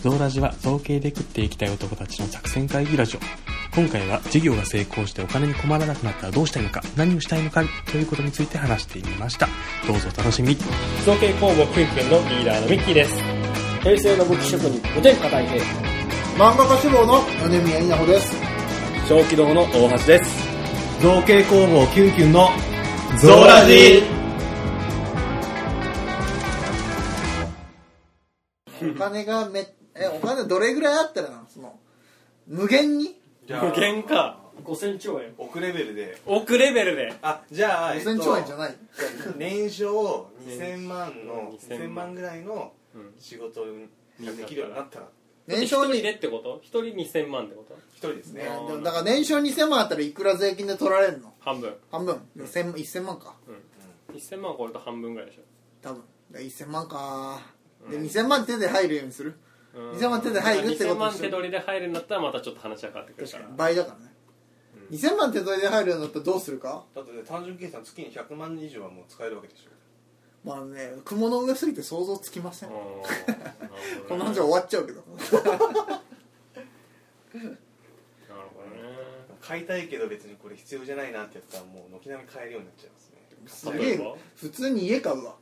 ゾウラジは造形で食っていきたい男たちの作戦会議ラジオ今回は事業が成功してお金に困らなくなったらどうしたいのか何をしたいのかということについて話してみましたどうぞお楽しみ造形工房クイックンのリーダーのミッキーです。平成の武器職人、お天下大平。漫画家志望の米宮稲穂です。小気道の大橋です。造形工房キュンキュンのゾーラジお金がめ、え、お金どれぐらいあったらなのその、無限にじゃあ無限か。 5000兆円。億レベルで億レベルで。あじゃあ、えっと ?5000 兆円じゃない。年商2000万の2000 2000万ぐらいの仕事ができるようになったら年一商人に、でってこと一人2000万ってこと一人ですねあでもだから年商2000万あったらいくら税金で取られるの半分。半分。1000 1000万か。 1000万超えると半分ぐらいでし多分。だから1000万か。で、2000万手で入るようにする。ょ。うん2000万手で入るってこと2000万手取りで入るんだったらまたちょっと話は変わってくるから。倍だからね。2000万手取りで入るようになったらどうするかだってね単純計算月に100万以上はもう使えるわけでしょまあね、雲の上すぎて想像つきません。うんこんなんじゃ終わっちゃうけど。なるほどね。買いたいけど別にこれ必要じゃないなってやったらもう軒並み買えるようになっちゃいますね すげ例ええば。普通に家買うわ。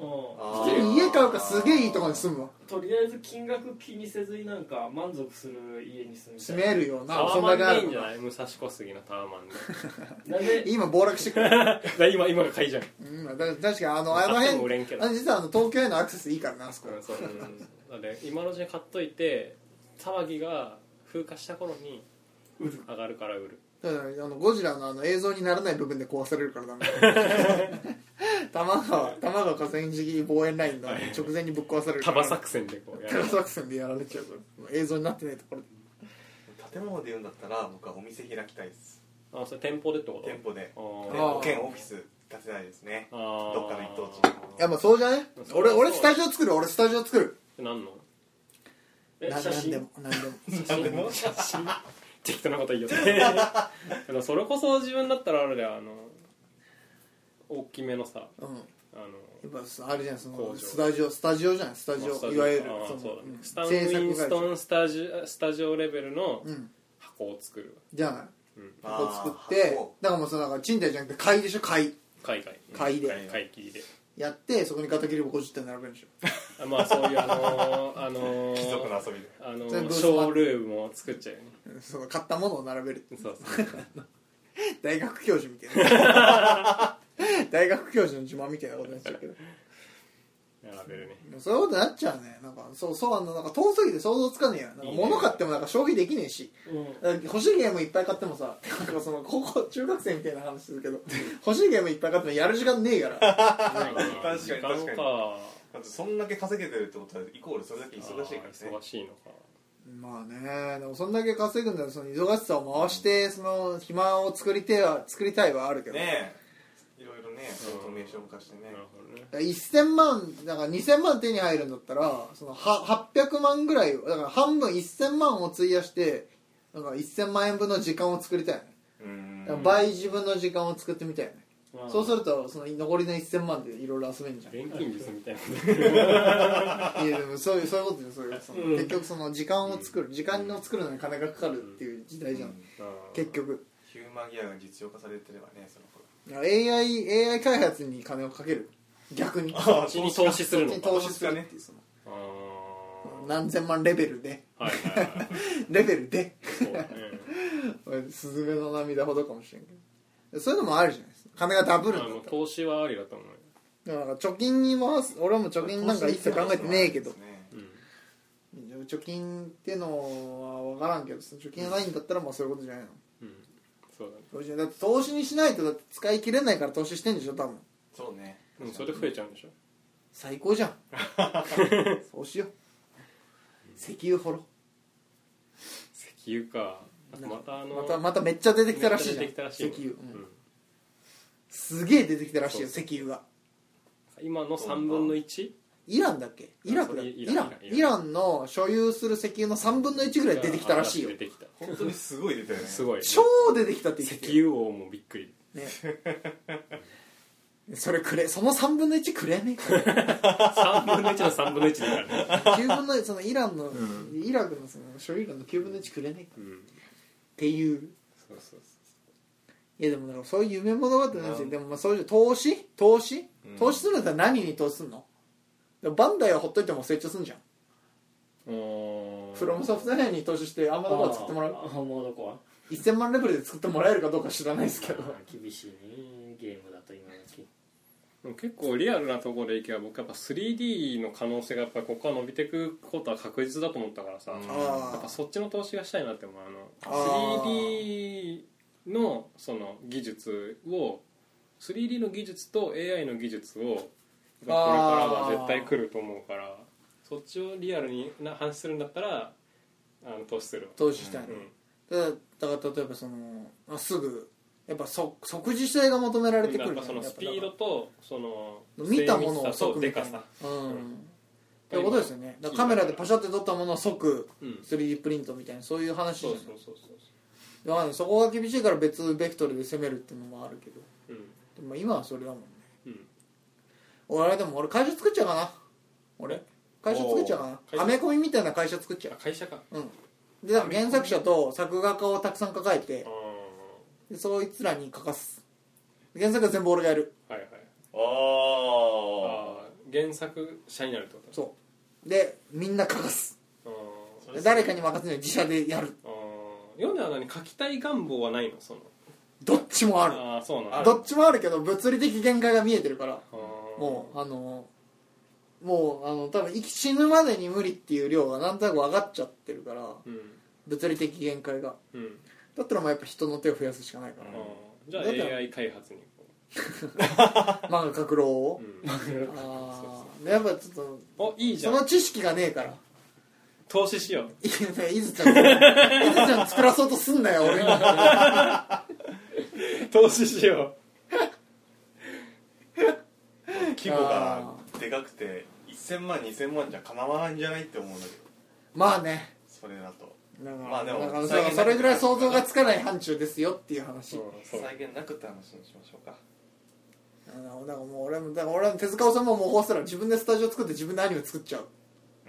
あ普通に家買うからすげえいいとこに住むわ。とりあえず金額気にせずになんか満足する家に住みた住いめるよタな、ワそんマだンけあでいいるんじゃかない武蔵小杉のタワマンで。 なんで今暴落してくだる、から今、今が買いじゃん。うん、だ確かにあのあ買のっても売辺れんけどあ。の実はあの東京へのアクセスいいからなあそこうんそううんだって今のうちに買っといて騒ぎが風化した頃に上がるから売るだからあのゴジラのあの映像にならない部分で壊され るからダメ多摩川多摩川河川敷望遠ラインの直前にぶっ壊されるか束ら作戦でこうやる束作戦でやられちゃうから映像になってないところで建物で言うんだったら僕はお店開きたいですあそれ店舗でってこと店舗で舗店舗兼オフィス出せないですねどっかの一等地いやまあそうじゃねそう俺俺そうスタジオ作る俺スタジオ作る何のえな写なんで真もなんでも写真適当なこと言いよってでもそれこそ自分だったらあれだよあの大きめのさうんあのやっぱあれじゃんそ工の場スタジオスタジオじゃんスタジまあスタオジオいわゆるあーそうだねうんスタン・ウィンストンスタジオスタジオレベルのうん箱を作るじゃないあこー作って箱だからもうそのなんか賃貸じゃなくて買いでしょ買い海外買いで買い切りでやってそこに片切れば50点並べるんでしょ あまあそういうあのー、あ の貴族ーの遊びであのそれブーーシスもあョーるルームを作っちゃうよねその買ったものを並べるそうそう大学教授みたいな 大学教授の自慢みたいなことになっちゃうけど並べるねでもそういうことになっちゃうねなんかそうそうあのなんか遠すぎて想像つかねえよなんかいいね物買ってもなんか消費できねえしうんなんか欲しいゲームいっぱい買ってもさなんかその高校中学生みたいな話するけど欲しいゲームいっぱい買ってもやる時間ねえから 確かかに時間確かにかだってそんだけ稼げてるってことはイコールそれだけ忙しいからあーね忙しいのかまあねでもそんだけ稼ぐんだらその忙しさを回してその暇を作りてえは作りたいはあるけどねえいろいろねその名称化してなねるほどね1000万だから2000万手に入るんだったらそのは800万ぐらいをだから半分1000万を費やしてなんか1000万円分の時間を作りたいよねうーんだから倍自分の時間を作ってみたいよね、うんそうするとその残りの1000万でいろいろ遊べんじゃん錬金術みたいないやでもそういうそういうことでそういうそのうん結局その時間を作る時間を作るのに金がかかるっていう時代じゃん、うん 結局ヒューマンギアが実用化されてればねその頃 AI, AI 開発に金をかける逆にこっちに投資するのそっちにか投資するっていうそのあー何千万レベルではいはいはいレベルでそうだね「すずめの涙」ほどかもしれんけどそういうのもあるじゃないですか金がダ ブあるんだっのたら投資はありだと思うよだから貯金に回す俺はもう貯金なんか一切考えてねえけどそうですねうん貯金ってのは分からんけどその貯金がないんだったらもうそういうことじゃないのうんそうだね投資だって投資にしないとだって使い切れないから投資してんでしょ多分そうねでもそれで増えちゃうんでしょ最高じ ゃんそうしよう石油掘ろ石油かあとまたあうのまたまためっちゃ出てきたらしいじゃんめっちゃ出てきたらしい石ね油、ううんんすげえ出てきたらしいよそ石油が今の3分の 1? イランだっけイラクだっけイイラランンイランイランの所有する石油の3分の1ぐらい出てきたらしいよ出てきた本当にすごい出たよねすごい超出てきたって言ってた石油王もびっくりねそれくれその3分の1くれねえか3分の1の3分の1だからね、 9分のそのイランの、うんイラクのその所有権の9分の1くれねえかうん、っていうそうそうそいやでもだからそういう夢物語なんですうよんでもまあそういう投資投資、うん投資するんだったら何に投資すんのでもバンダイはほっといても成長すんじゃん、ううーんフロムソフトウェアに投資してアーマードコア作ってもらうあーもうどこは1000万レベルで作ってもらえるかどうか知らないですけどあー厳しいねゲームだと今時でも結構リアルなところでいけば僕やっぱ 3D の可能性がやっぱりここから伸びていくことは確実だと思ったからさ、うんやっあぱそっちの投資がしたいなって思うああのー 3D のその技術を 3D の技術と AI の技術をやっぱこれからは絶対来ると思うからそっちをリアルにな話するんだったらあの投資するわ投資したい、うんだからだから例えばそのまあすぐやっぱそ即時性が求められてくやっるぱそのやっスぱピードとその見たものを精密さと即でみたかいなさうん、うんってことですよねだからカメラでパシャって撮ったものを即うん 3D プリントみたいなそういう話じゃそうないそうそうそだからそこが厳しいから別ベクトルで攻めるっていうのもあるけどううんでも今はそれだもんねうん俺でも俺会社作っちゃうかな俺会社作っちゃうかおーなアメコミみたいな会社作っちゃあ会社かううんでだから原作者と作画家をたくさん抱えてあでそいつらに書かす原作は全部俺がやるあはいはいああー原作者になるってことそうでみんな書かすあーそでれ誰かに任せるのに自社でやるあー読んでは何書きたい願望はないのそのどっちもあるああそうなんだどっちもあるけど物理的限界が見えてるからあーもうあのもうあの多分生き死ぬまでに無理っていう量がなんとなく分かっちゃってるからうん物理的限界がうんだったらまあやっぱ人の手を増やすしかないか あうらーじゃんあだから AI 開発 にこ漫画格郎うをうんああでやっぱちょっとおいいじそゃんの知識がねえから投資しよういやね伊豆ちゃん伊豆ちゃん作らそうとすんなよ俺に投資しよー規模があでかくて1000万2000万じゃかなわないんじゃないって思うんだけどまあねそれだとだから,、まあでもだから最近それぐらい想像がつかない範疇ですよっていうう話、うんそう再現なくって話にしましょうかあのだからもう俺もだから俺も手塚治虫も模倣したら自分でスタジオ作って自分でアニメ作っちゃう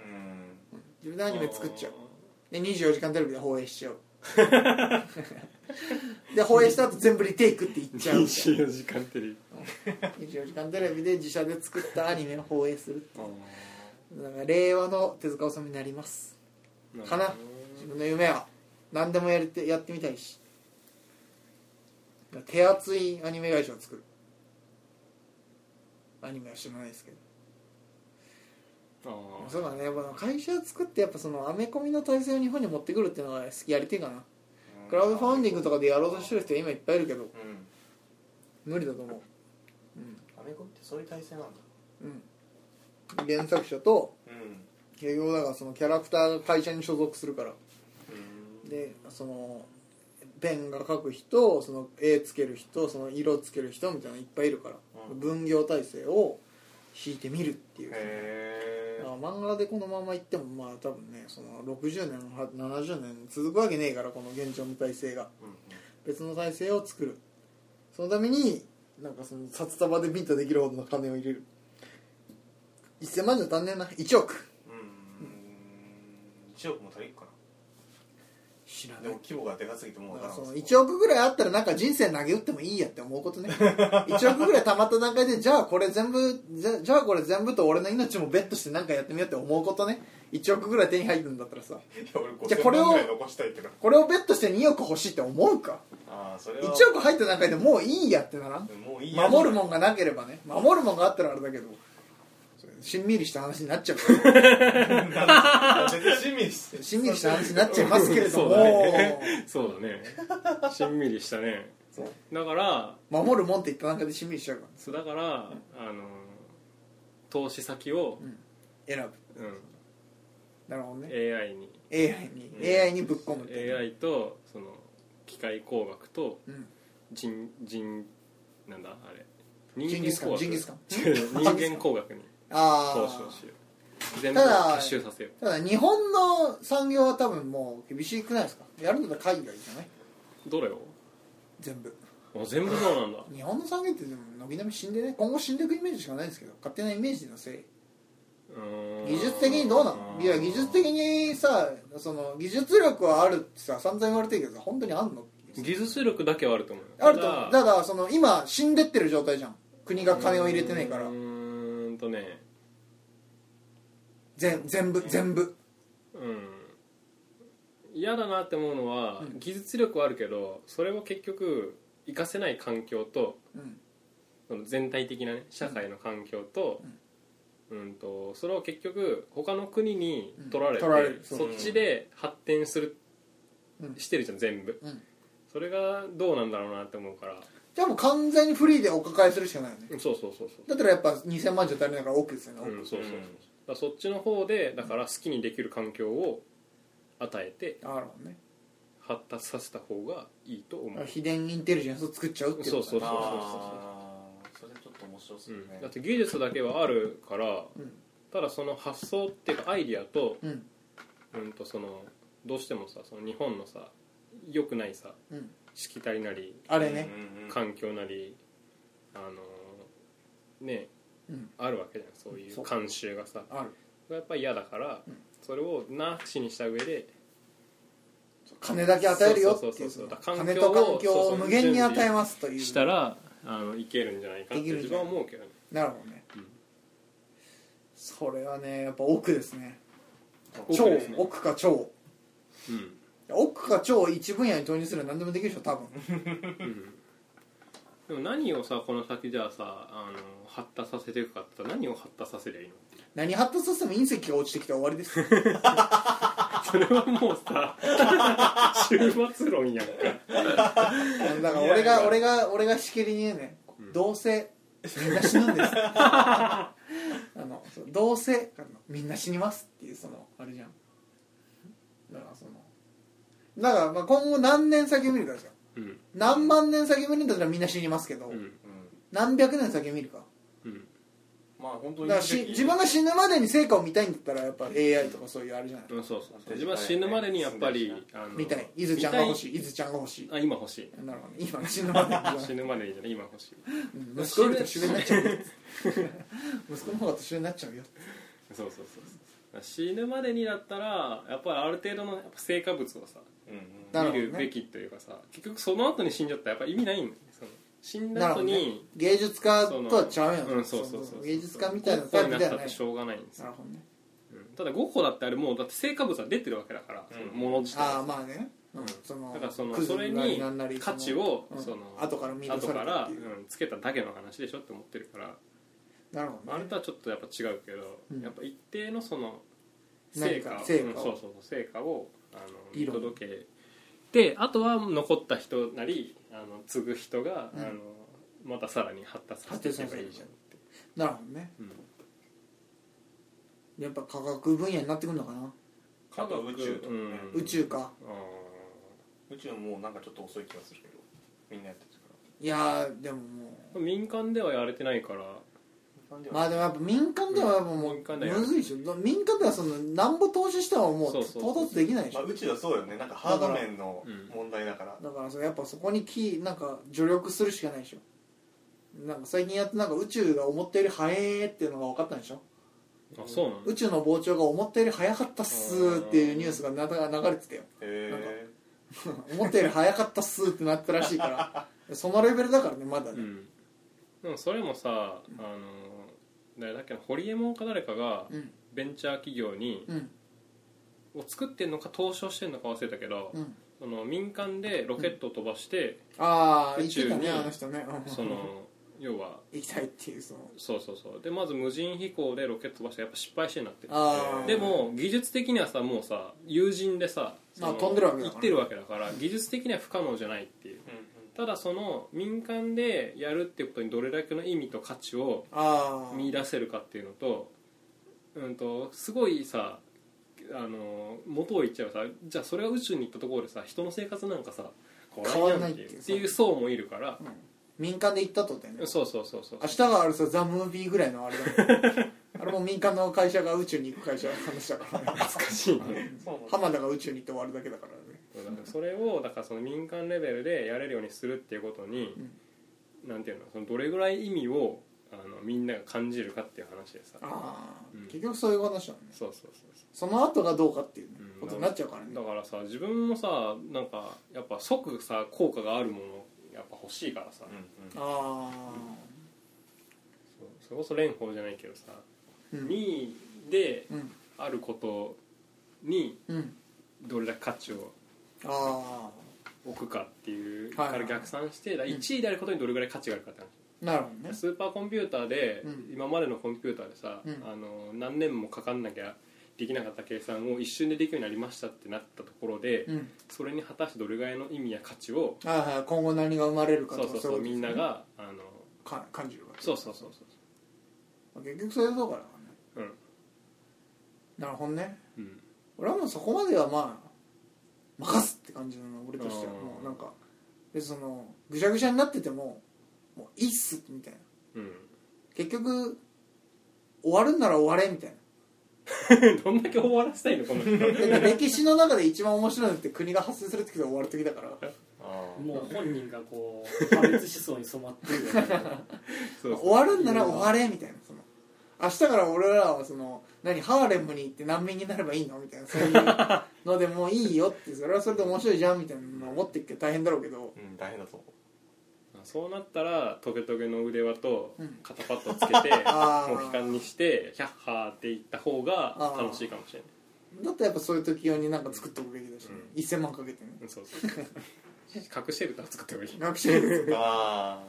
うん自分で アニメ作っちゃうで24時間テレビで放映しちゃうで放映した後全部リテイクって言っちゃうみたいな24時間テレビ24時間テレビで自社で作ったアニメを放映するだから令和の手塚治虫になりますかな自分の夢は何でもやりてやってみたいし手厚いアニメ会社を作るアニメは知らないですけどあーそうだねやっぱ会社作ってやっぱそのアメコミの体制を日本に持ってくるっていうのが好きやりてえかなクラウドファンディングとかでやろうとしてる人今いっぱいいるけどうん無理だと思ううんアメコミってそういう体制なんだうん原作者とうん営業だからそのキャラクターが会社に所属するからうんでそのペンが描く人その絵つける人その色つける人みたいなのいっぱいいるから、うん分業体制を引いてみるっていうへだからえ漫画でこのままいってもまあ多分ねその60年は70年続くわけねえからこの現状の体制が別の体制を作るそのためになんかその札束でビンタできるほどの金を入れる1000万じゃ足んねえな1億うん1億も足りるか知らなでも規模がでかすぎてもうだ分かかららんそのです1億ぐらいあったらなんか人生投げ打ってもいいやって思うことね 1億ぐらい貯まった段階でじゃあこれ全部じゃじゃあこれ全部と俺の命もベットしてなんかやってみようって思うことね1億ぐらい手に入るんだったらさいや俺じゃあこれを5000万ぐらい残したいってなこれをベットして2億欲しいって思うかああそれ1は億入った段階でもういいやってならんもういいや守る もんがなければね守るもんがあったらあれだけどそれしんみりした話になっちゃうから 全然親身してしんみりした話になっちゃいますけれども、そうだね しんみりしたねそうだから守るもんって言った段階でしんみりしちゃうかそうだから、あの投資先を、ら選ぶうんなるほどね AI に AI に、うん AI にぶっ込むっていう AI とその機械工学とうん人人なんだあれジンギスカンジンギスカン違う 人間工学にあ投資をあしよう全部をただ結集させよただ日本の産業は多分もう厳しくないですかやるのら海外じゃないうどれを全部あ全部そうなんだ日本の産業ってでも軒並み死んでね今後死んでいくイメージしかないんですけど勝手なイメージのせいうーん技術的にどうなのいや技術的にさその技術力はあるってさ散々言われてるけどさ本当にあんの技術力だけはあると思うよあると思うただからその今死んでってる状態じゃん国が金を入れてないからうーんとね全全部全部うん嫌だなって思うのは、うん技術力はあるけどそれを結局活かせない環境とうんその全体的なね社会の環境と,、うん、とそれを結局他の国に取られて,、うん取られるそそうっちで発展する、うんしてるじゃん全部、うんそれがどうなんだろうなって思うからじゃあもう完全にフリーでお抱えするしかないよねうんそうそうそうそうだったらやっぱ2000万じゃ足りないから億ですよね、うん、そうそうそう、うんだからそっちの方でだから好きにできる環境を与えてあるもんね発達させた方がいいと思う、秘伝インテリジェンスを作っちゃうっていうことそうそうそうあーそれちょっと面白そううんねだって技術だけはあるから、うんただその発想っていうかアイディアと,、うんうん、とそのどうしてもさその日本のさ良くないさうんしきたりなりあれねうんうんうん環境なり、あのーねうんあるわけじゃんそういうそう慣習がさあるやっぱり嫌だから、うんそれをなしにした上で金だけ与えるよっていうそうそうそうそうその環金境をと環そ境うそをう無限に与えますというしたらあのいけるんじゃないかってできるん自じゃ分はない思うけどねなるほどね、うんそれはねやっぱ億ですね奥超ですね億か超うん億か超を一分野に投入すれば何でもできるでしょ 多分うんでも何をさこの先じゃあさあの発達させていくかって言ったら何を発達させりゃいいの何発達させても隕石が落ちてきたら終わりですそれはもうさ終末論やんかだから俺が俺が俺がしきりに言うね、んどうせみんな死ぬんです あのそうどうせあのみんな死にますっていうそのあれじゃんだからそのだからまあ今後何年先を見るかですようん何万年先を見るんだったらみんな死にますけど、うんうん何百年先を見るかうんまあ本だ当にからし自分が死ぬまでに成果を見たいんだったらやっぱ AI とかそういうあれじゃないそうそうそう自分は死ぬまでにやっぱりあの見たい伊豆ちゃんが欲し見い伊豆ちゃんが欲しいたいあ今欲しいなるほどね今死ぬまで に死ぬまでにじゃない今欲しいうん 息子より年上になっちゃうよ息子の方が年上になっちゃうよそうそうそうそう死ぬまでにだったらやっぱりある程度のやっぱ成果物をさうんうんなる見ほどねるべきというかさ結局その後に死んじゃったらやっぱ意味ないんだよねその死んなだる後ほど、ねに、芸術家とはちゃうやん、うん、そうそうそう芸術家みたいなタタイイプでプでははなないいしょうがないんですなよるほどねうんただゴッホだってあれもうだって成果物は出てるわけだから、うんその物自体ああまあね、うんうんそのだからそのクズそれなりになんなり価値をうんその後から見出され後たから、っていううんつけただけの話でしょって思ってるから、なるほどあれねとはちょっとやっぱ違うけど、うんやっぱ一定のその成何果かを成果をうんそうそうそう成果をあの理見論届けてあとは残った人なりあの継ぐ人が、うんあのまたさらに発達させていけばいいじゃんって、なるほどねうんやっぱ科学分野になってくるのかな、あとは宇宙とかねうん宇宙かあ宇宙もなんかちょっと遅い気がするけどみんなやってるかいやーでももー民間ではやれてないかららうまあでもやっぱ民間ではもううん民間ではむずいでしょ民間ではそのなんぼ投資してももうそうそう到達できないでしまあょ宇宙はそうよねなんかハード面のだから問題だからだからそのやっぱそこにきなんか助力するしかないでしょなんか最近やってなんか宇宙が思ったより早えっていうのが分かったんでしょあそうなの宇宙の膨張が思ったより早かったっすーっていうニュースがな流れて たよへ思ったより早かったっすーってなったらしいからそのレベルだからねまだうねんでもそれもさあの誰だっけなホリエモンか誰かがうんベンチャー企業にうんを作ってんのか投資をしてんのか忘れたけど、うんその民間でロケットを飛ばして、ああ宇言って宙にたねあの人ねうんその要は行きたいっていうそのそうそうそうでまず無人飛行でロケット飛ばしてやっぱ失敗してんだってああでも技術的にはさもうさ友人でさそのあ飛んでるわけだから行ってるわけだから技術的には不可能じゃないっていうただその民間でやるっていうことにどれだけの意味と価値をああ見出せるかっていうのと,、うん、とすごいさあの元を言っちゃうさじゃあそれが宇宙に行ったところでさ人の生活なんかさ変わらないっってていいううっていう層もいるから、民間で行ったとってねそうそうそうそう明日があるさザ・ムービーぐらいのあれだもん あれも民間の会社が宇宙に行く会社の話だから ね難しいねえそうなんだ浜田が宇宙に行って終わるだけだからねだからそれをだからその民間レベルでやれるようにするっていうことに、なんていうのそのどれぐらい意味をあのみんなが感じるかっていう話でさああ、うん結局そういう話だもんねそうそうそうそその後がどうかっていうね、うんことになっちゃうからねうだからさ自分もさなんかやっぱ即さ効果があるものやっぱ欲しいからさ、うんあそうそれこそ蓮舫じゃないけどさ、あうんにでうんあることにうんどれだけ価値をあ置くかっていうはいかはいら逆算して、だからうん1位であることにどれぐらい価値があるかって話あなるほどねスーパーコンピューターで、うん今までのコンピューターでさ、うんあの何年もかかんなきゃできなかった計算を一瞬でできるようになりましたってなったところで、うんそれに果たしてどれぐらいの意味や価値をああ今後何が生まれるかそうとそかうそういことですみねんながあのか感じるわけそうそうそうそうまあ結局それはそうからねうなるほどねん、うん、俺はもうそこまではまあ任すって感じなの俺としてはあーもうなんかでそのぐしゃぐしゃになっててももういいっすみたいな 結局終わるんなら終われみたいなうん、どんだけ終わらせたいのこの人だって歴史の中で一番面白いのって国が発生する時が終わる時だからあーもう本人がこう破裂思想に染まってるよねそう終わるんなら終われみたいなその明日から俺らはその何ハーレムに行って難民になればいいのみたいなそういうのでもういいよってそれはそれで面白いじゃんみたいなの思ってっけど大変だろうけどうん大変だと思うそうなったらトゲトゲの腕輪とうん肩パッドつけて、 あーもう悲観にしてヒャッハーっていった方が楽しいかもしれないだったらやっぱそういう時用になんか作っておくべきだし、ねう1000万かけてねうんそうそう 隠してると作った方がいい学習あ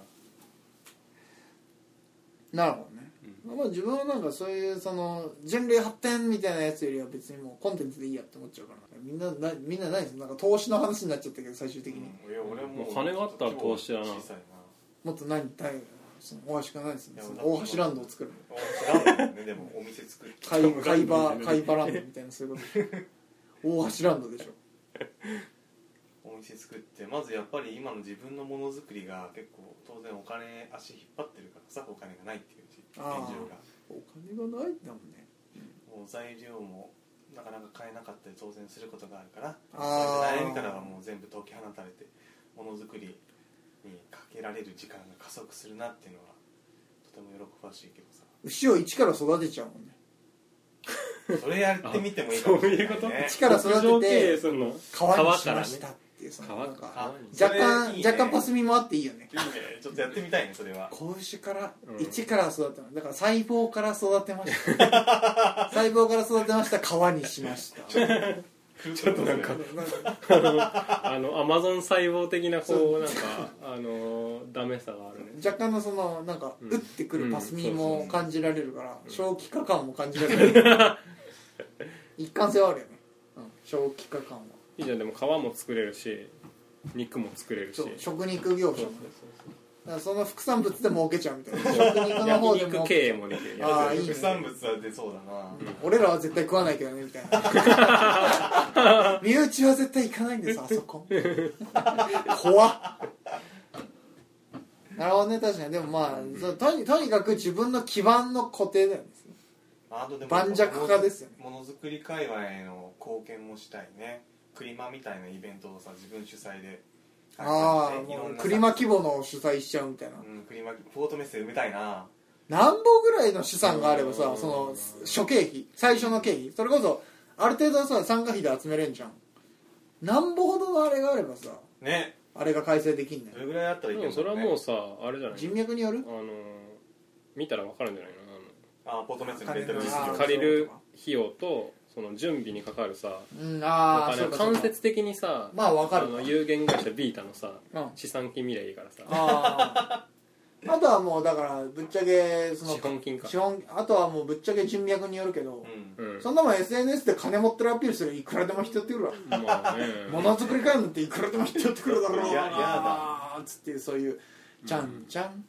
なるほどね、まあ自分はなんかそういうその人類発展みたいなやつよりは別にもうコンテンツでいいやって思っちゃうからみんななみんなないですなんか投資の話になっちゃったけど最終ー的に、うんいや俺ももう金があったら投資だな小さいなもっと何大その大橋君は何ですいねやその大橋ランドを作るあ知らんもんねでもお店作るカイカイバーカイバランドみたいなそういうことでしょ大橋ランドでしょお店作ってまずやっぱり今の自分のものづくりが結構当然お金足引っ張ってるからさお金がないっていう現状があーお金がないんだもんねもう材料もなかなか買えなかったり当然することがあるからあー悩みからはもう全部解き放たれてものづくりにかけられる時間が加速するなっていうのはとても喜ばしいけどさ牛を一から育てちゃうもんねそれやってみてもいいそういうことね一から屋上育経て営てするの川にしましたっていうその川なんかあ川若それ干いいね若干パスミもあっていいよねいいねちょっとやってみたいねそれは子牛からうん一から育てますだから細胞から育てました細胞から育てました川にしましたちょっとななんんかあのアマゾン細胞的なそこうなんかあのダメさがあるね若干のそのなんかうん打ってくるパスミもうん感じられるから正気化感も感じられる一貫性はあるよね、うん、正気化感はいいじゃんでも皮も作れるし肉も作れるしそう食肉業者そうもそうねそうだからその副産物で儲けちゃうみたいな食肉の方で焼儲肉け経ち営ゃうもできるあーいいね副産物は出そうだな俺らは絶対食わないけどねみたいな身内は絶対行かないんですあそこ怖っなるほどね確かにでもまあ、そうとにとにかく自分の基盤の固定だよねあとでも盤石化ですよねものづくり界隈への貢献もしたいねクリマみたいなイベントをさ自分主催でああいろもんうなさクリマ規模の主催しちゃうみたいな、うんクリマポートメッセ埋めたいな何本ぐらいの資産があればさうんその諸経費最初の経費それこそある程度さ参加費で集めれんじゃん何本ほどのあれがあればさねあれが改正できんねどれぐらいあったらいいでけもそるれはねもうさあれじゃない人脈によるあの見たらわかるんじゃないのあーポートメッセ埋めてるあ実あーの業借りる費用とその準備にかかるさうんおああ金間接的にさまあわかるあの有限会社ビータのさうん資産金見りゃいいからさあーあとはもうだからぶっちゃけその資本金か資本あとはもうぶっちゃけ人脈によるけどう、うんんそんなもん SNS で金持ってるアピールするいくらでも人寄ってくるわまあねものづくり会なんていくらでも人寄ってくるだろうないややーっつってそういうちゃんちゃん、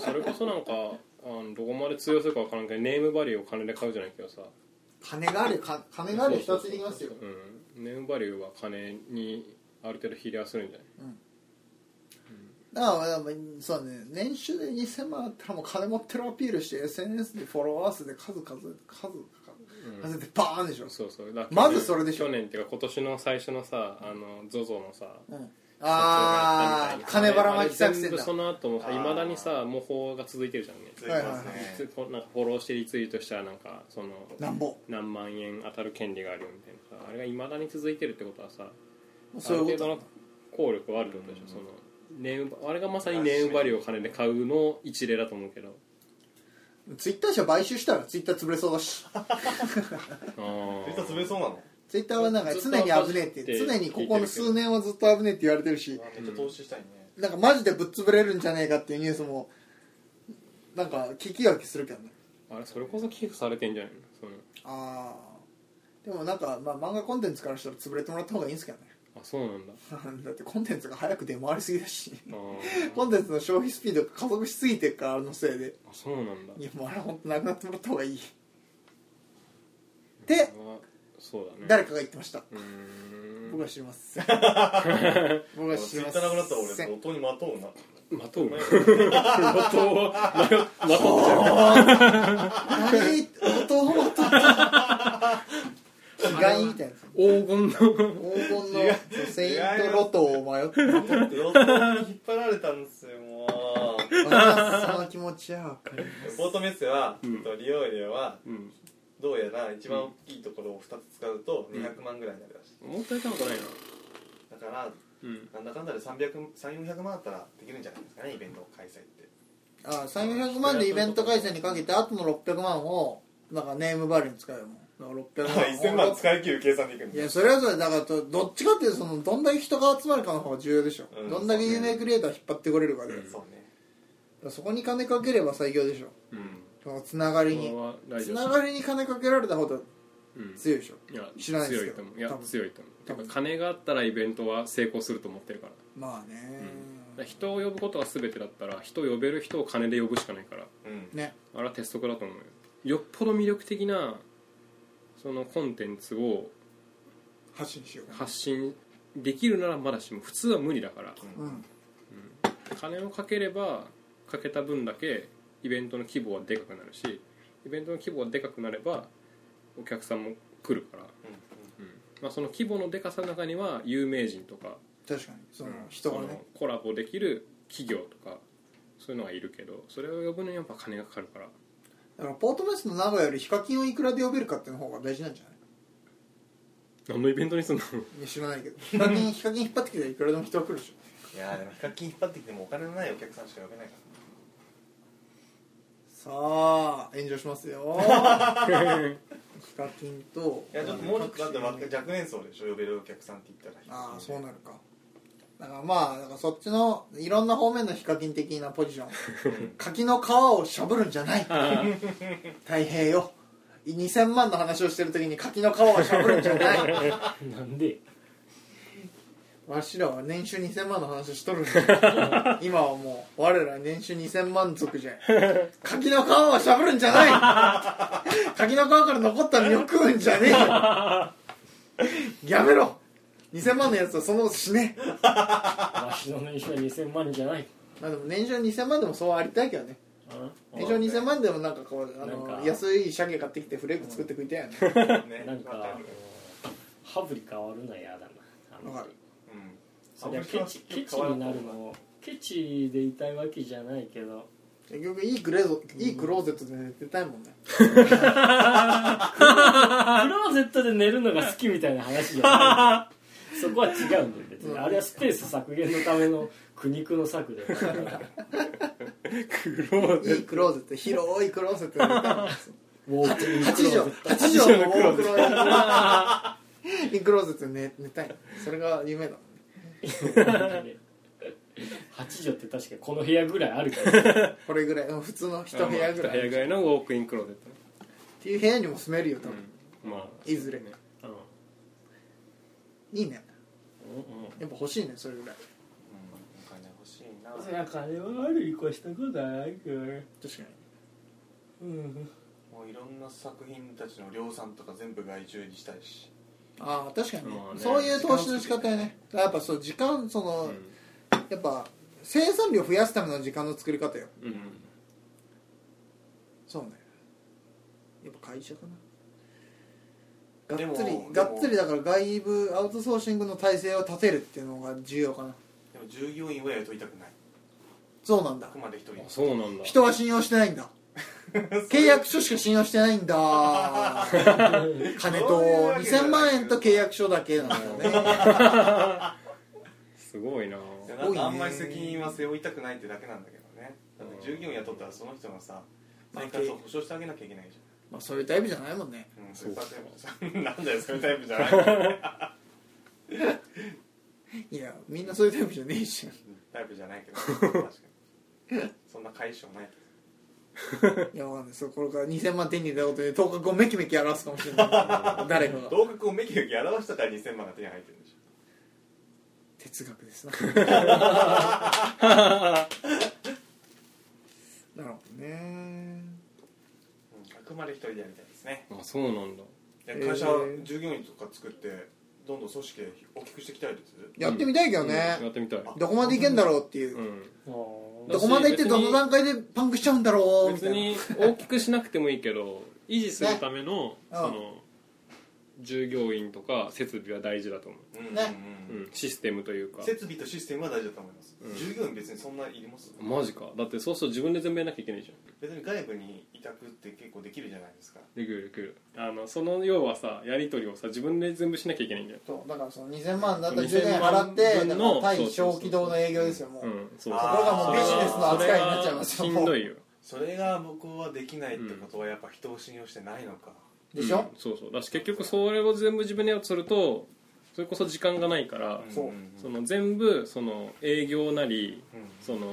それこそなんかあのどこまで通用するかわからんけどネームバリューを金で買うじゃないけどさ金があるか金がある人ついてきますようんネームバリューは金にある程度比例はするんじゃないだからまあそうね年収で2000万あったらもう金持ってるアピールして SNS でフォロワー数で数数えて数うあんれってバーンでしょそうそうだまずそれでしょ去年っていうか今年の最初のさあの ZOZO のさああ金ばらまき作あれ戦全部だその後もさあーいまだにさ模倣が続いてるじゃんね続いてますはいねつこうなんかフォローしてリツイートしたらなんかそのなんぼ何万円当たる権利があるよみたいなさあれがいまだに続いてるってことはさあそうる程いうこ度のと効力はあるってことでしょそのネウあれがまさにネウバリを金で買うの一例だと思うけどツイッター社買収したらツイッター潰れそうだ しあツイッター潰ーれそうなのツイッターはなんか常に危ねえってずっと常にここの数年はずっと危ねえって言われてるしめっちゃ投資したいねなんかマジでぶっ潰れるんじゃねえかっていうニュースもなんか聞き分けするけどねあれそれこそ寄付されてんじゃないのそのああでもなんか、まあ、漫画コンテンツからしたら潰れてもらった方がいいんですけどね あそうなんだだってコンテンツが早く出回りすぎだしあーコンテンツの消費スピードが加速しすぎてるからのせいであそうなんだいやもうあれ本当なくなってもらった方がいいであそうだね誰かが言ってましたうーん僕は知ります僕は知ツイりッまタせーなくなったらん俺音にまとうなまとうま とうはままとっちゃう何音を取った違いみたいな黄金の黄金のそうセイントロトを迷って音に引っ張られたんですよもうああその気持ちはわかるポートメッセは、んえっと利用料はうんどうやら一番大きいところを2つ使うと200万ぐらいになるらしい、思ったより高くないなだからうんなんだかんだで300400万あったらできるんじゃないですかねイベントを開催ってああ3400万でイベント開催にかけてあとの600万をなんかネームバリューに使うよもうだから600 1000万万使い切る計算でいくんいだやそれはそれだからとどっちかっていうとそのどんだけ人が集まるかの方が重要でしょ、うんどんだけ有名クリエイター引っ張ってこれるかで、だかそうねらそこに金かければ最強でしょうんそのつながりにこれは大つ事ながりに金かけられた方がうん強いでしょいや知らないです強けいどと思ういや多分強いと思う多て分か金があったらイベントは成功すると思ってるからまあね、だから人を呼ぶことが全てだったら人を呼べる人を金で呼ぶしかないからうんねあれは鉄則だと思うよよっぽど魅力的なそのコンテンツを発信しよ発信できるならまだしも普通は無理だからううん金をかければかけた分だけイベントの規模はでかくなるしイベントの規模がでかくなればお客さんも来るから、うんまあ、その規模のでかさの中には有名人とか確かにそのうん人がそのねコラボできる企業とかそういうのはいるけどそれを呼ぶのにやっぱ金がかかるからだからポートメスの名古屋よりヒカキンをいくらで呼べるかっていうの方が大事なんじゃない何のイベントにすんのいや知らない けどヒカキンヒカキン引っ張ってきたらいくらでも人が来るでしょいやーでもヒカキン引っ張ってきてもお金のないお客さんしか呼べないかさあ炎上します よヒカキンとらいやちょっともうちょっとだって各若種若年層でしょ呼べるお客さんって言ったらああそうなるかだからまあだからそっちのいろんな方面のヒカキン的なポジショ ン柿の皮をしゃぶるんじゃない太平よ2000万の話をしてる時に柿の皮をしゃぶるんじゃないなんでわしらは年収2000万の話しとるんだ 今はもう我ら年収2000万族じゃ柿の皮をしゃぶるんじゃない柿の皮から残った身を食うんじゃねえよやめろ2000万のやつはその死ねわしの年収は2000万じゃないまあでも年収2000万でもそうありたいけどねう年収2000万でもなんかこうあなんのか安い鮭買ってきてフレーク作って食いたいよねうねなんかわるハブリ変わるのは嫌だなあんまわかりるうんそりゃケチケチになるのケチでいたいわけじゃないけど結局いいクレーゾいいクローゼットで寝てたいもんね クローゼットで寝るのが好きみたいな話じゃ ないそこは違うんだよ別にあれはスペース削減のための苦肉の策で苦労いいクローゼット広いクローゼットで寝たいもんねウォーキングクローゼット8畳八畳の大クローゼットクローゼットで寝寝たいのそれが夢だもんね 8畳って確かこの部屋ぐらいあるからこれぐらいうん普通の一部屋ぐ ら一部い屋っぐらいのウォークインクローゼットねていう部屋にも住めるよ多分、うんまあいずれねいいねうんうんやっぱ欲しいねそれぐらいお金欲しいなそりゃ金はあるに越したことはないけどね確かにうんもういろんな作品たちの量産とか全部外注にしたいしああ確かにね,、まあねそういう投資の仕方やねやっぱそう時間その、やっぱ生産量増やすための時間の作り方ようんそうねやっぱ会社かながっつでりもがっつりだから外部アウトソーシングの体制を立てるっていうのが重要かなでも従業員は雇いたくないそうなんだあくまで一人あそうなんだ人は信用してないん だ契約書しか信用してないん だ金とそういうわけじゃ2000ない万円と契約書だけなんだよねすごいななんかあんまり責任は背負いたくないってだけなんだけどねだって従業員雇ったらその人のさ生活を保障してあげなきゃいけないじまあそういうタイプじゃないもんねゃん、うん、そういうタイプじゃんなんだよそういうタイプじゃない いやみんなそういうタイプじゃねえしタイプじゃないけど確かにそんな解消ないいやわかんないそうこれから2000万手に入れたことで頭角をメキメキ表すかもしれな い誰かが同格をめきめき表したから2000万が手に入ってるんでしょ哲学です ななるほどねうんあくまで一人でやりたいですねあそうなんだでえー会社、従業員とか作ってどんどん組織大きくしていきたいですやってみたいけどね、やってみたいどこまでいけんだろうっていうう、んあどこまでいってどの段階でパンクしちゃうんだろうみ別たいなに大きくしなくてもいいけど維持するためのうんその従業員とか設備は大事だと思うんねう、うん、システムというか設備とシステムは大事だと思います、うん従業員別にそんないりますマジかだってそうすると自分で全部やんなきゃいけないじゃん別に外部に委託って結構できるじゃないですかできるできるあのその要はさやり取りをさ自分で全部しなきゃいけないんだよそうだからその2000万だったら2000 10年払って分だかのら対そうそうそう小規模の営業ですよもう、うんそうとこあろがもうビジネスの扱いになっちゃいますそよれはしんもどういよそれが僕はできないってことはやっぱ人を信用してないのか、でしょうん、そうそうだし結局それを全部自分でやろうとするとそれこそ時間がないから、そうんんその全部その営業なりうんその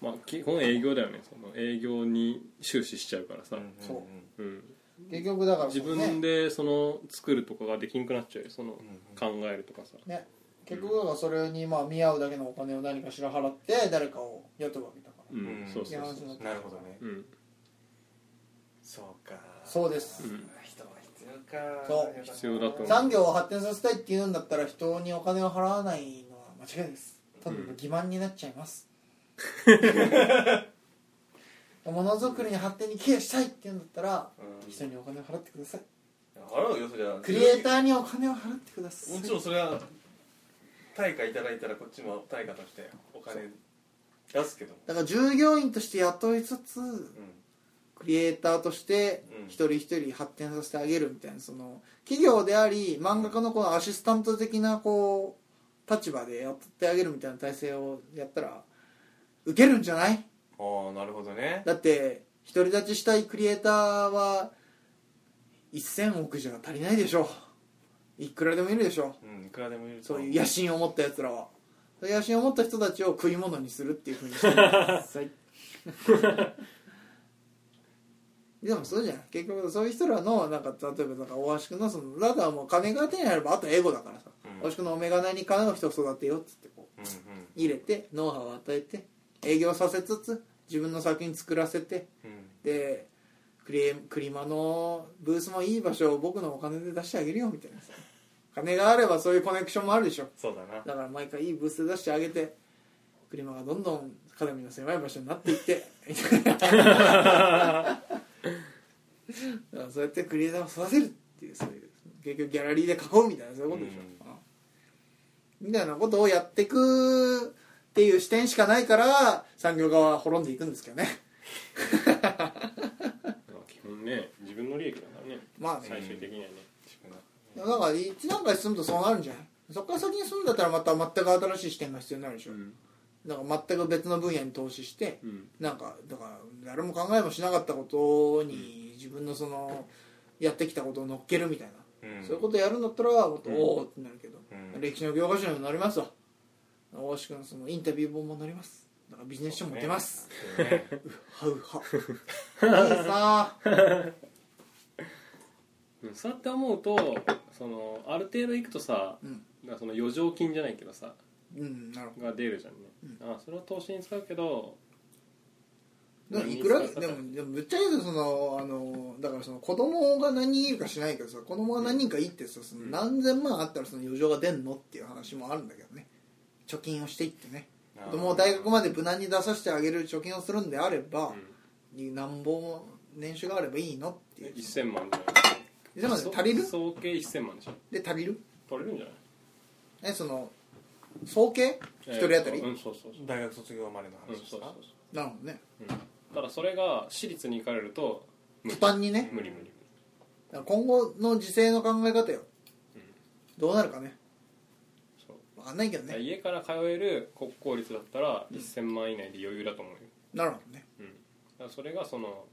まあ基本営業だよねその営業に終始しちゃうからさ、うんそううん、結局だからそ自の分ねでその作るとかができんくなっちゃうよその考えるとかさね結局だからそれにまあ見合うだけのお金を何かしら払って誰かを雇うわけだからうん、うんそうそうそういやなるほどねうんそうかそうです、うん人は必要かそうやっぱ必要だと思う産業を発展させたいっていうんだったら人にお金を払わないのは間違いですただの欺瞞になっちゃい ます、ものづくりに発展に寄与したいっていうんだったらうん人にお金を払ってください払うよそりゃクリエイターにお金を払ってくださいもちろんそれは対価いただいたらこっちも対価としてお金出すけどもだから従業員として雇いつつうクリエイターとしてうん一人一人発展させてあげるみたいなその企業であり漫画家のこのアシスタント的なこう立場でやってあげるみたいな体制をやったら受けるんじゃないんああなるほどねだって独り立ちしたいクリエイターは1000億じゃ足りないでしょいくらでもいるでしょうんいくらでもいるとそういう野心を持ったやつらはそういう野心を持った人たちを食い物にするっていうふうに してください でもそうじゃん結局そういう人らのなんか例えばなんか大橋君のそのだからもう金が手に入ればあとはエゴだからさうん大橋君のお眼鏡に金の人を育てようっつってこううんうん入れてノウハウを与えて営業させつつ自分の作品作らせてうんでクリエクリマのブースもいい場所を僕のお金で出してあげるよみたいなさ金があればそういうコネクションもあるでしょそうだなだから毎回いいブースで出してあげてクリマがどんどん肩身の狭い場所になっていってだからそうやってクリエイターを育てるっていうそういう結局ギャラリーで囲うみたいなそういうことでしょ、うみたいなことをやってくっていう視点しかないから産業側は滅んでいくんですけどねまあ基本ね自分の利益だからねまあね最終的にはね、だから一段階進むとそうなるんじゃないそこから先に進むんだったらまた全く新しい視点が必要になるでしょ、んだから全く別の分野に投資してうんなんかだから誰も考えもしなかったことに自分のそのやってきたことを乗っけるみたいな、うんそういうことやるんだったらもっとおおってなるけど、うん歴史の教科書にも載りますわ大橋君のそのインタビュー本も載りますだからビジネス書も出ます、とねハウハ いいさうんそうやって思うとそのある程度いくとさ、うんなんかその余剰金じゃないけどさうんなるほが出るじゃんね、あそれを投資に使うけどどでも何いにくら使うかでもでもぶっちゃけどそのあのだからその子供が何人いるか知らないけどさ子供が何人かいいってさそのうん何千万あったらその余剰が出んのっていう話もあるんだけどね貯金をしていってね子供を大学まで無難に出させてあげる貯金をするんであれば、なんぼも年収があればいいのっていう1000万じゃないえちょっと待って足りるそ総計1000万でしょで足りる取れるんじゃないえその総計一人当たり、えーうんそうそうそう大学卒業までのうん話でそすうそうかそうなるほどねただそれが私立に行かれると無理一般にね無理無理だから今後の時勢の考え方よ、どうなるかねそう分かんないけどね家から通える国公立だったら1000万以内で余裕だと思うよ、なるほどねうん、だからそれがその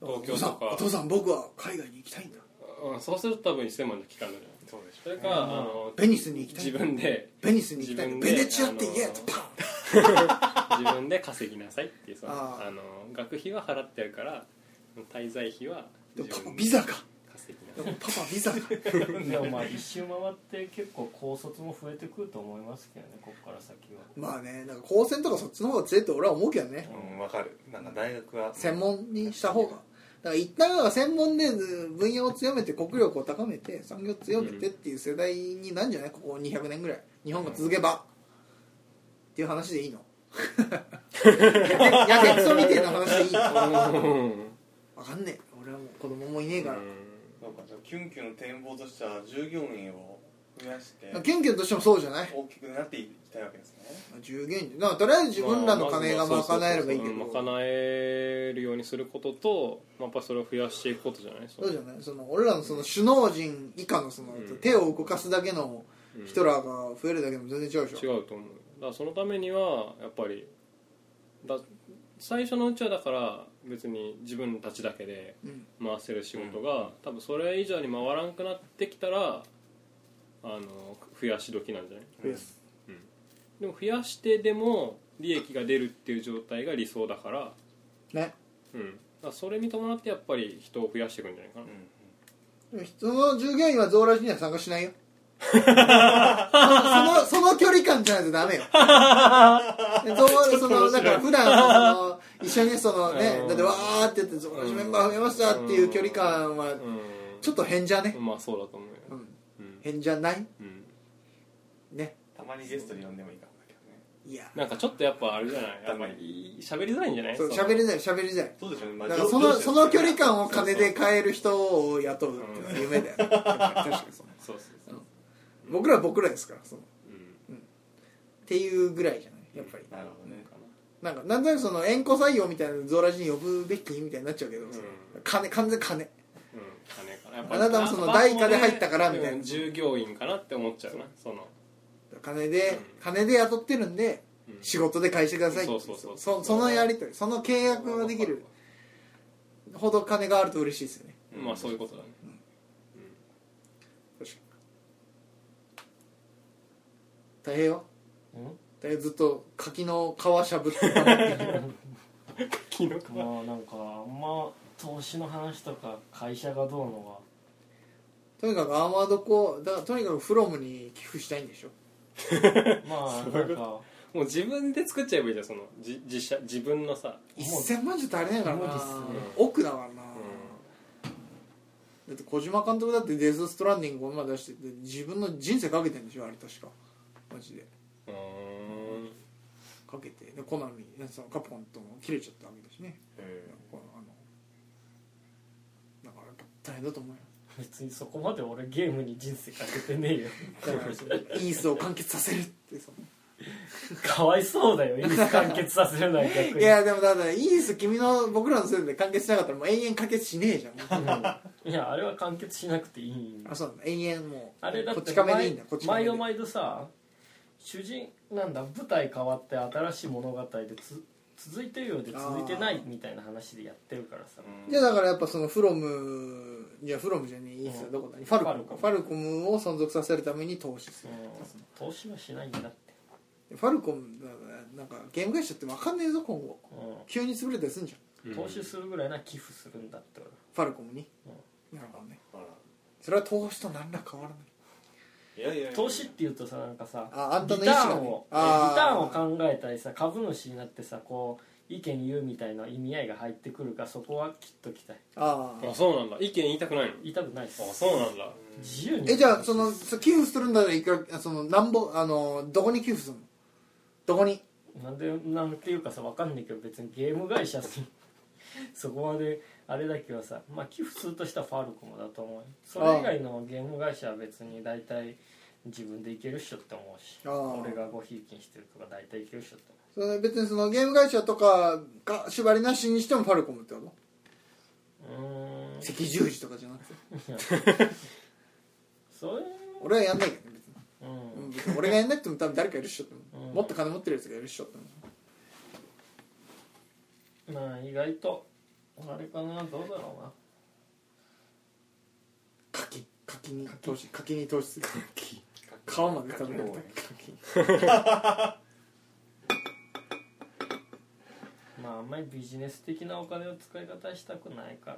東京とかお父さんお父さん僕は海外に行きたいんだうんそうすると多分1000万じゃ効かんのじゃないそうでしそれか、あのベニスに行きたい自分 でベニスに行きたいんだ自分でベネチアって言えあのとパン自分で稼ぎなさいっていうそのああーの学費は払ってやるから滞在費はでも自パ分パでビザか稼ぎでなさもいパパ ビザかでもまあ一周回って結構高卒も増えてくると思いますけどねここから先はまあねなんか高専とかそっちの方が強いって俺は思うけどねょうんわかるなんか大学は専門にした方がだから一旦は専門で分野を強めて国力を高めて産業を強めてっていう世代になんじゃないここ200年ぐらい日本が続けば、っていう話でいいの やけくそみたいな話でいいのわかんねえ俺はもう子供もいねえから、なんかじゃあキュンキュンの展望としては従業員を増やして県警としてもそうじゃない大きくなっていきたいわけですね従業員だからとりあえず自分らの金が賄えればいいけまあまあそうどそうそううん賄えるようにすることと、まあ、やっぱりそれを増やしていくことじゃないそそうじゃないその俺らのその首脳陣以下のそのうん手を動かすだけのうん人らが増えるだけでも全然違うでしょ違うと思うだからそのためにはやっぱりだ最初のうちはだから別に自分たちだけでうん回せる仕事が、多分それ以上に回らんくなってきたらあの増やし時なんじゃないでも増やしてでも利益が出るっていう状態が理想だから,、ねうん、だからそれに伴ってやっぱり人を増やしていくんじゃないかな、でもその従業員はゾーラジには参加 しないよそのその距離感じゃないと ダメよでゾーそのなんか普段その一緒にそのねうんだってわーって言ってゾーラジメンバー増えましたっていう距離感はうんちょっと変じゃね、まあそうだと思うよ、ううんん、うん変じゃないねたまにゲストに呼んでもいいかもだけどねいやなんかちょっとやっぱあれじゃないやっぱり喋りづらいんじゃないそうその喋りづらい喋りづらいそうですよね、まだあからその上司そですよのね距離感を金で買える人を雇うっていうのは夢だよ、確かにそうそうそうそう僕らは僕らですからそのっうんていうぐらいじゃないやっぱりなるほどねなんかなんとなくその縁故採用みたいなゾーラジに呼ぶべきみたいになっちゃうけど、金完全金うん金かなやっあなたもその第一課で入ったからみたいなうん従業員かなって思っちゃうなその金で、うん金で雇ってるんでうん仕事で返してくださいっていそうそうそうそそのやり取りその契約ができるほど金があると嬉しいですよねまあそういうことだね大変ようん大変ずっと柿の皮しゃぶって頑張ってる昨日かまあなんかあんま投資の話とか会社がどう のとにかくアーマードコーだからとにかくフロムに寄付したいんでしょはまあなんかももう自分で作っちゃえばいいじゃんそのじ自社自分のさう1000万じゃ足りないからな、無理っすね奥だからな、だって小島監督だってデス・ストランディングを今出してて自分の人生かけてんでしょあれ確かマジでうんうんかけてでコナミそのカプコンとも切れちゃったわけだしねえこのあのだからやっぱ大変だと思うよ別にそこまで俺ゲームに人生かけてねえよだからそのイースを完結させるってそのかわいそ うだよいつ完結させるのは逆いにやでもだからイース君の僕らのせいで完結しなかったらもう永遠完結しねえじゃんいやあれは完結しなくていいんだあそうだ永遠もうあれだっこってち亀でいいんだこっち亀で毎度毎度さ主人なんだ舞台変わって新しい物語でつ続いてるようで続いてないみたいな話でやってるからさじゃあだからやっぱそのフロムいやフロムじゃねえイースはどこだ、ファルコムかフファルコムを存続させるために投資すうるん投資はしないんだってファルコムだからなんかゲーム会社って分かんねえぞ今後う急に潰れたりすんじゃんん投資するぐらいなら寄付するんだって俺ファルコムに、なるほどねそれは投資と何ら変わらないいやいやいや投資っていうとさなんかさああんたリのタ意思がねーンをリタあーーンを考えたりさ株主になってさこう意見言うみたいな意味合いが入ってくるからそこはきっと期待あああそうなんだ意見言いたくないの言いたくないっすあそうなんだ自由にえじゃあそのそ寄付するんだったらいくらそのなんぼあのどこに寄付するのどこになんでなんていうかさわかんないけど別にゲーム会社に そこまであれだけどさ、まあ、寄付するとしたらファルコムだと思うそれ以外のゲーム会社は別に大体自分でいけるっしょって思うしああ俺がごひいきにしてるとか大体いけるっしょって思それ別にそのゲーム会社とかが縛りなしにしてもファルコムってことううーん赤十字とかじゃなくてそれ俺はやんないけどね別にううんん別に俺がやんなくても多分誰かいるっしょって思う、うんもっと金持ってるやつがいるっしょって思うまあ意外とあれかなどうだろうな柿柿に投資柿に投資する柿皮まで食べる柿の応援柿まああんまりビジネス的なお金を使い方したくないかな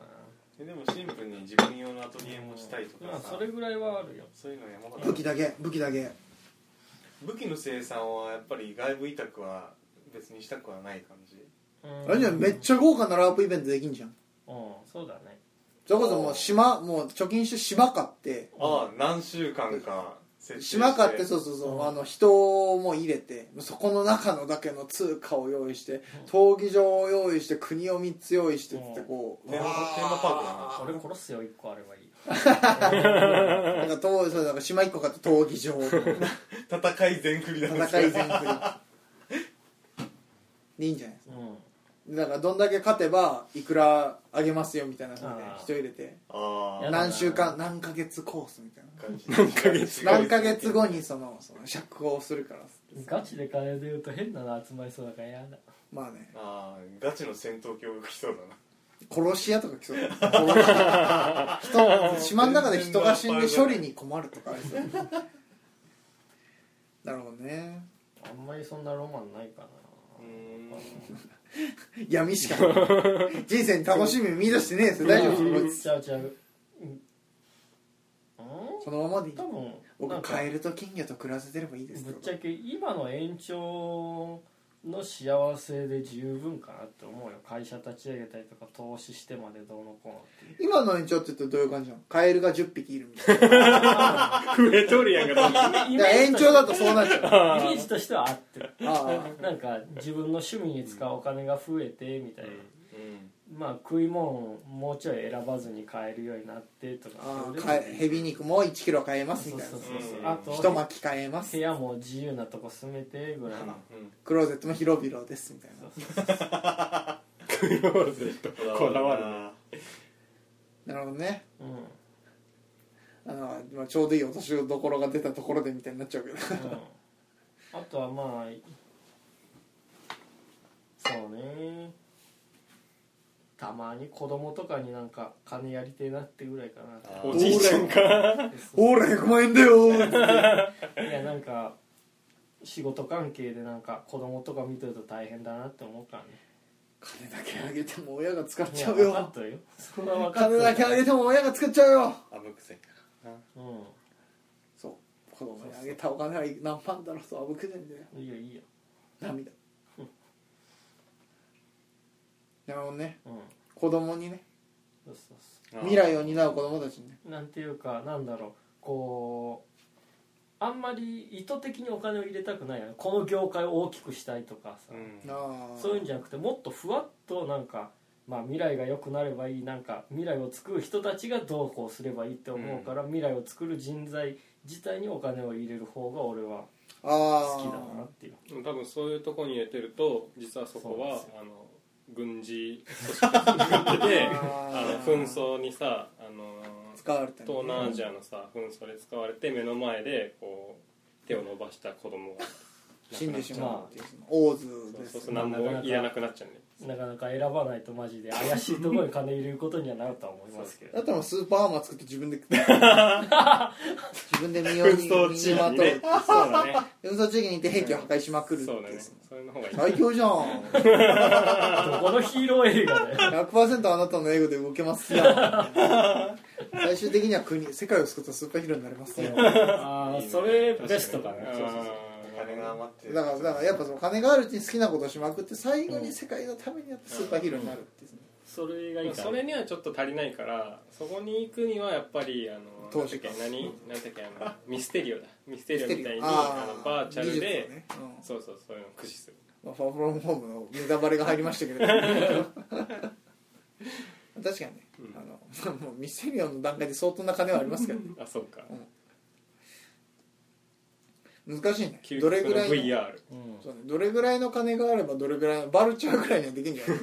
えでもシンプルに自分用のアトリエもしたいとまかあさそれぐらいはあるよそういうの山ほどある武器だけ武器だけ武器の生産はやっぱり外部委託は別にしたくはない感じあれじゃんめっゃちゃ豪華なラープイベントできんじゃんうんそうだねそれこそもう島もう貯金して島買ってああ何週間か設島買ってそううそうそう、うんあの人も入れてそこの中のだけの通貨を用意して闘技場を用意して国を3つ用意してっつってこう、テーマテーマパークだな俺殺すよ1個あればいいなんかとそうなんか島1個買って闘技場戦い全クリだな戦い全部でいいんじゃないですかうんだからどんだけ勝てばいくらあげますよみたいな感じであー人入れてあやあだな何週間何ヶ月コースみたいな何ヶ月何ヶ月後にそのその釈放するからっつってガチで金で言うと変なの集まりそうだからやだまあねああガチの戦闘狂が来そうだな殺し屋とか来そうだよ人島の中で人が死んで処理に困るとかありそうなるほどねあんまりそんなロマンないかなうーん闇しかない人生に楽しみ見出してねえですよ大丈夫ですちゃうちゃううんこのままでいい多分なん僕かカエルと金魚と暮らせてればいいですぶよっちゃけ今の延長の幸せで十分かなって思うよ会社立ち上げたりとか投資してまでどうのこ今の延長って言うとどういう感じなのカエルが10匹いるみ たいな 増えとるやん かう のってだから延長だとそうなっちゃ うあイメージとしては合ってるあなんか自分の趣味に使うお金が増えてみたいな、うんまあ食い物をもうちょい選ばずに買えるようになってとかああそかれえヘビ肉も1キロ買えますでみもたいなそうそうそうそううんあ一と巻買えま部す屋も自由なとこ住めてぐらいのクローゼットも広々ですみたいなこだわるねななるほどねうん、うん、あのまあちょうどいいお年どころが出たところでみたいになっちゃうけどあとはまあそうねたまに子供とかになんか金やりてえなってぐらいかなあーおじいちゃんかほら100万円だよいやなんか仕事関係でなんか子供とか見てると大変だなって思うからね金だけあげても親が使っいちやゃう分かっよたよそれは分かっ金ただけあげても親が使っちゃうよあぶくせうそう子供にあげたお金は何パンだろうとあぶくねんだよんいいよいいよ涙なるほどねうん子供にねそうそうそか未来を担う子供たちにねうなんていうかなんだろうこうあんまり意図的にお金を入れたくないよねこの業界を大きくしたいとかうさ、んなあそういうんじゃなくてもっとふわっとなんか、まあ、未来が良くなればいいなんか未来を作る人たちがどうこうすればいいって思うから、未来を作る人材自体にお金を入れる方が俺はあー好きだなっていう多分そういうとこに入れてると実はそこはそうあの軍事組織作っててああの紛争にさあの使われてる東南アジアのさ紛争で使われて目の前でこう手を伸ばした子供が死んでしまうっていうそのオーズそうでそうすそうね何もいらなくなっちゃうねなかなか選ばないとマジで怪しいところに金入れることにはなるとは思いますけだ どったらもうスーパーアーマー作って自分で自分で身を紛争地身にま域とにうねそうだね紛争地域に行って兵器を破壊しまくるってそうだいねうそれの方がいい最強じゃんどこのヒーロー映画だよ100%あなたのエゴで動けますよ最終的には国世界を救ったスーパーヒーローになれますよだああそれベストかあなーそうそうそう金が余ってるからだからやっぱその金があるうちに好きなことをしまくって最後に世界のためにやってスーパーヒーローになるっていうそれがいいかそれにはちょっと足りないからそこに行くにはやっぱりあの投なんだ資っかけ何なんだっけあの ミステリオだミステリオみたいにああのーバーチャルで、技術をねうんそうそうそういうのを駆使するまあ、ファーフロムホームのネタバレが入りましたけれども確かにね、うんあのまあもうミステリオンの段階で相当な金はありますけどねあそうか難しいね 究どれ極ぐのらいの VR うんそうね、どれぐらいの金があればどれぐらいのバルチャーぐらいにはできるんじゃない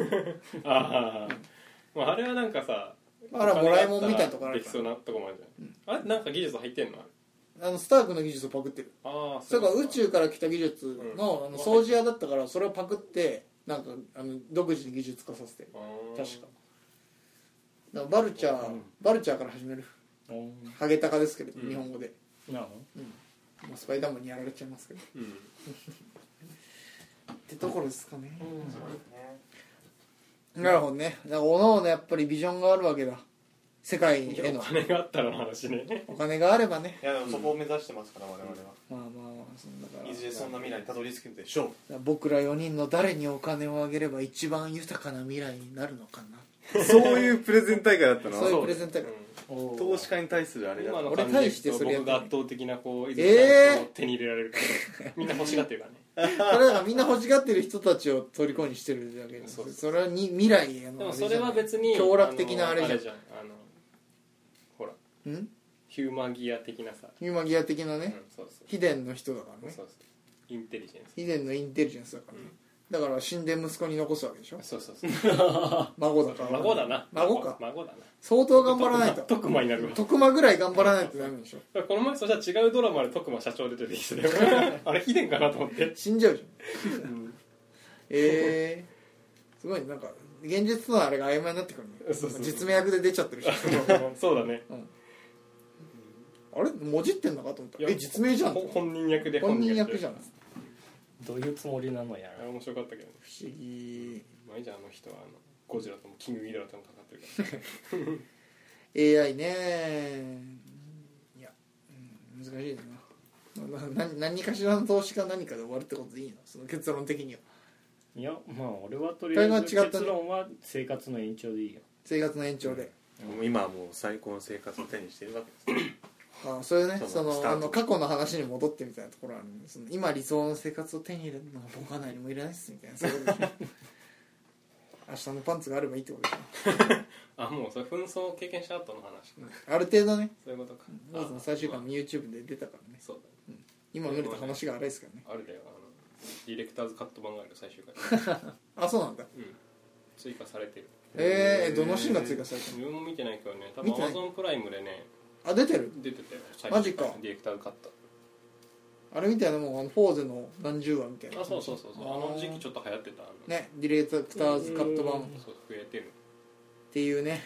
ああまああれはなんかさあらもらいもんみたいなとこあでるきかそうらなとこもあるじゃんあれなんか技術入ってんのあのスタークの技術をパクってるああそれから宇宙から来た技術の,、うんあの掃除屋だったからそれをパクってなんかあの独自に技術化させてる確かだからバルチャー、うんバルチャーから始めるうんハゲタカですけれど、うん日本語で、なるまあ、スパイダーマンにやられちゃいますけどうんってところですかねほどうんなるほどねだからおのおのやっぱりビジョンがあるわけだ世界へおの金があったらの話ねお金があればねいやでもそこを目指してますから我々は、まあまあまあそのだからいずれそんな未来にたどり着くでしょう僕ら4人の誰にお金をあげれば一番豊かな未来になるのかなそういうプレゼン大会だったそういうプレゼン大会おー投資家に対するあれだ今の俺感じで対いしてくそとれやっ僕てないが圧倒的なこう伊えーを手に入れられるからみんな欲しがってるからねそれだからみんな欲しがってる人たちを虜にしてるだけですそうですそれはに未来へのでもあじゃそないれは別に強楽的なあれのじゃんんあのほらうんヒューマギア的なさヒューマギア的なうんねそうそう秘伝の人だからそうそうねインテリジェンス秘伝のインテリジェンスだからねだから死んで息子に残すわけでしょそうそうそう孫だから孫だな孫か孫だな相当頑張らないと徳馬になるわ徳間ぐらい頑張らないとダメでしょこの前そしたら違うドラマで徳馬社長出てる人だよ あれ秘伝かなと思って死んじゃうじゃんえ ー、すごいねなんか現実とのあれが曖昧になってくるねそうそう実名役で出ち ゃってるしそうだねあれもじってんのかと思っいたやえ実名じゃんほ本本人役で人役じゃんん不どういうつもりなのやあれら面白かったけどね思議まあいいじゃんあの人はあのゴジラともキングギドラともかかってるから AI ねいや、うん、難しいなな な何かしらの投資か何かで終わるってことでいいのその結論的にはいやまあ俺はとりあえずそれは違ったね結論は生活の延長でいいよ生活の延長で、もう今はもう最高の生活を手にしてるわけですああそれねそそうスタのートあの過去の話に戻ってみたいなところあるねその今理想の生活を手に入れるのは僕は何もいらないっすみたいなそういうこと でしょ明日のパンツがあればいいってことでしあもうそれ紛争を経験した後の話ょある程度ねそういうことかまずの最終回に YouTube で出たからねそうだね今見ると話が荒いですからねあるだよあのディレクターズカット版があるよ最終 回あそうなんだうん追加されてるえー、どのシーンが追加された自分も見てないけどね多見分てなアいマゾンプライムでねのあ出てる出てたよ最マジかディレクターズカットあれみたいなもんあのフォーゼの何十話みたいなあそうそうそうそうあの時期ちょっと流行ってたあのねディレクターズカット版っそう増えてるていうね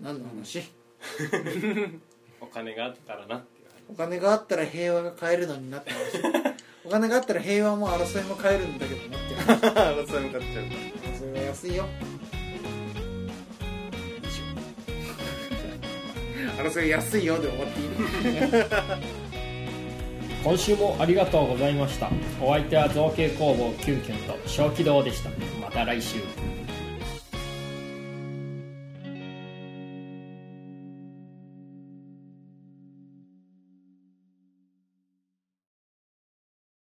何の話、お金があったらなっていうお金があったら平和が買えるのになって話 お金があったら平和も争いも買えるんだけどなって話私は向かっちゃうそれは安い よ争い安いよで終わっていいの今週もありがとうございましたお相手は造形工房キュンキュンと小気道でしたまた来週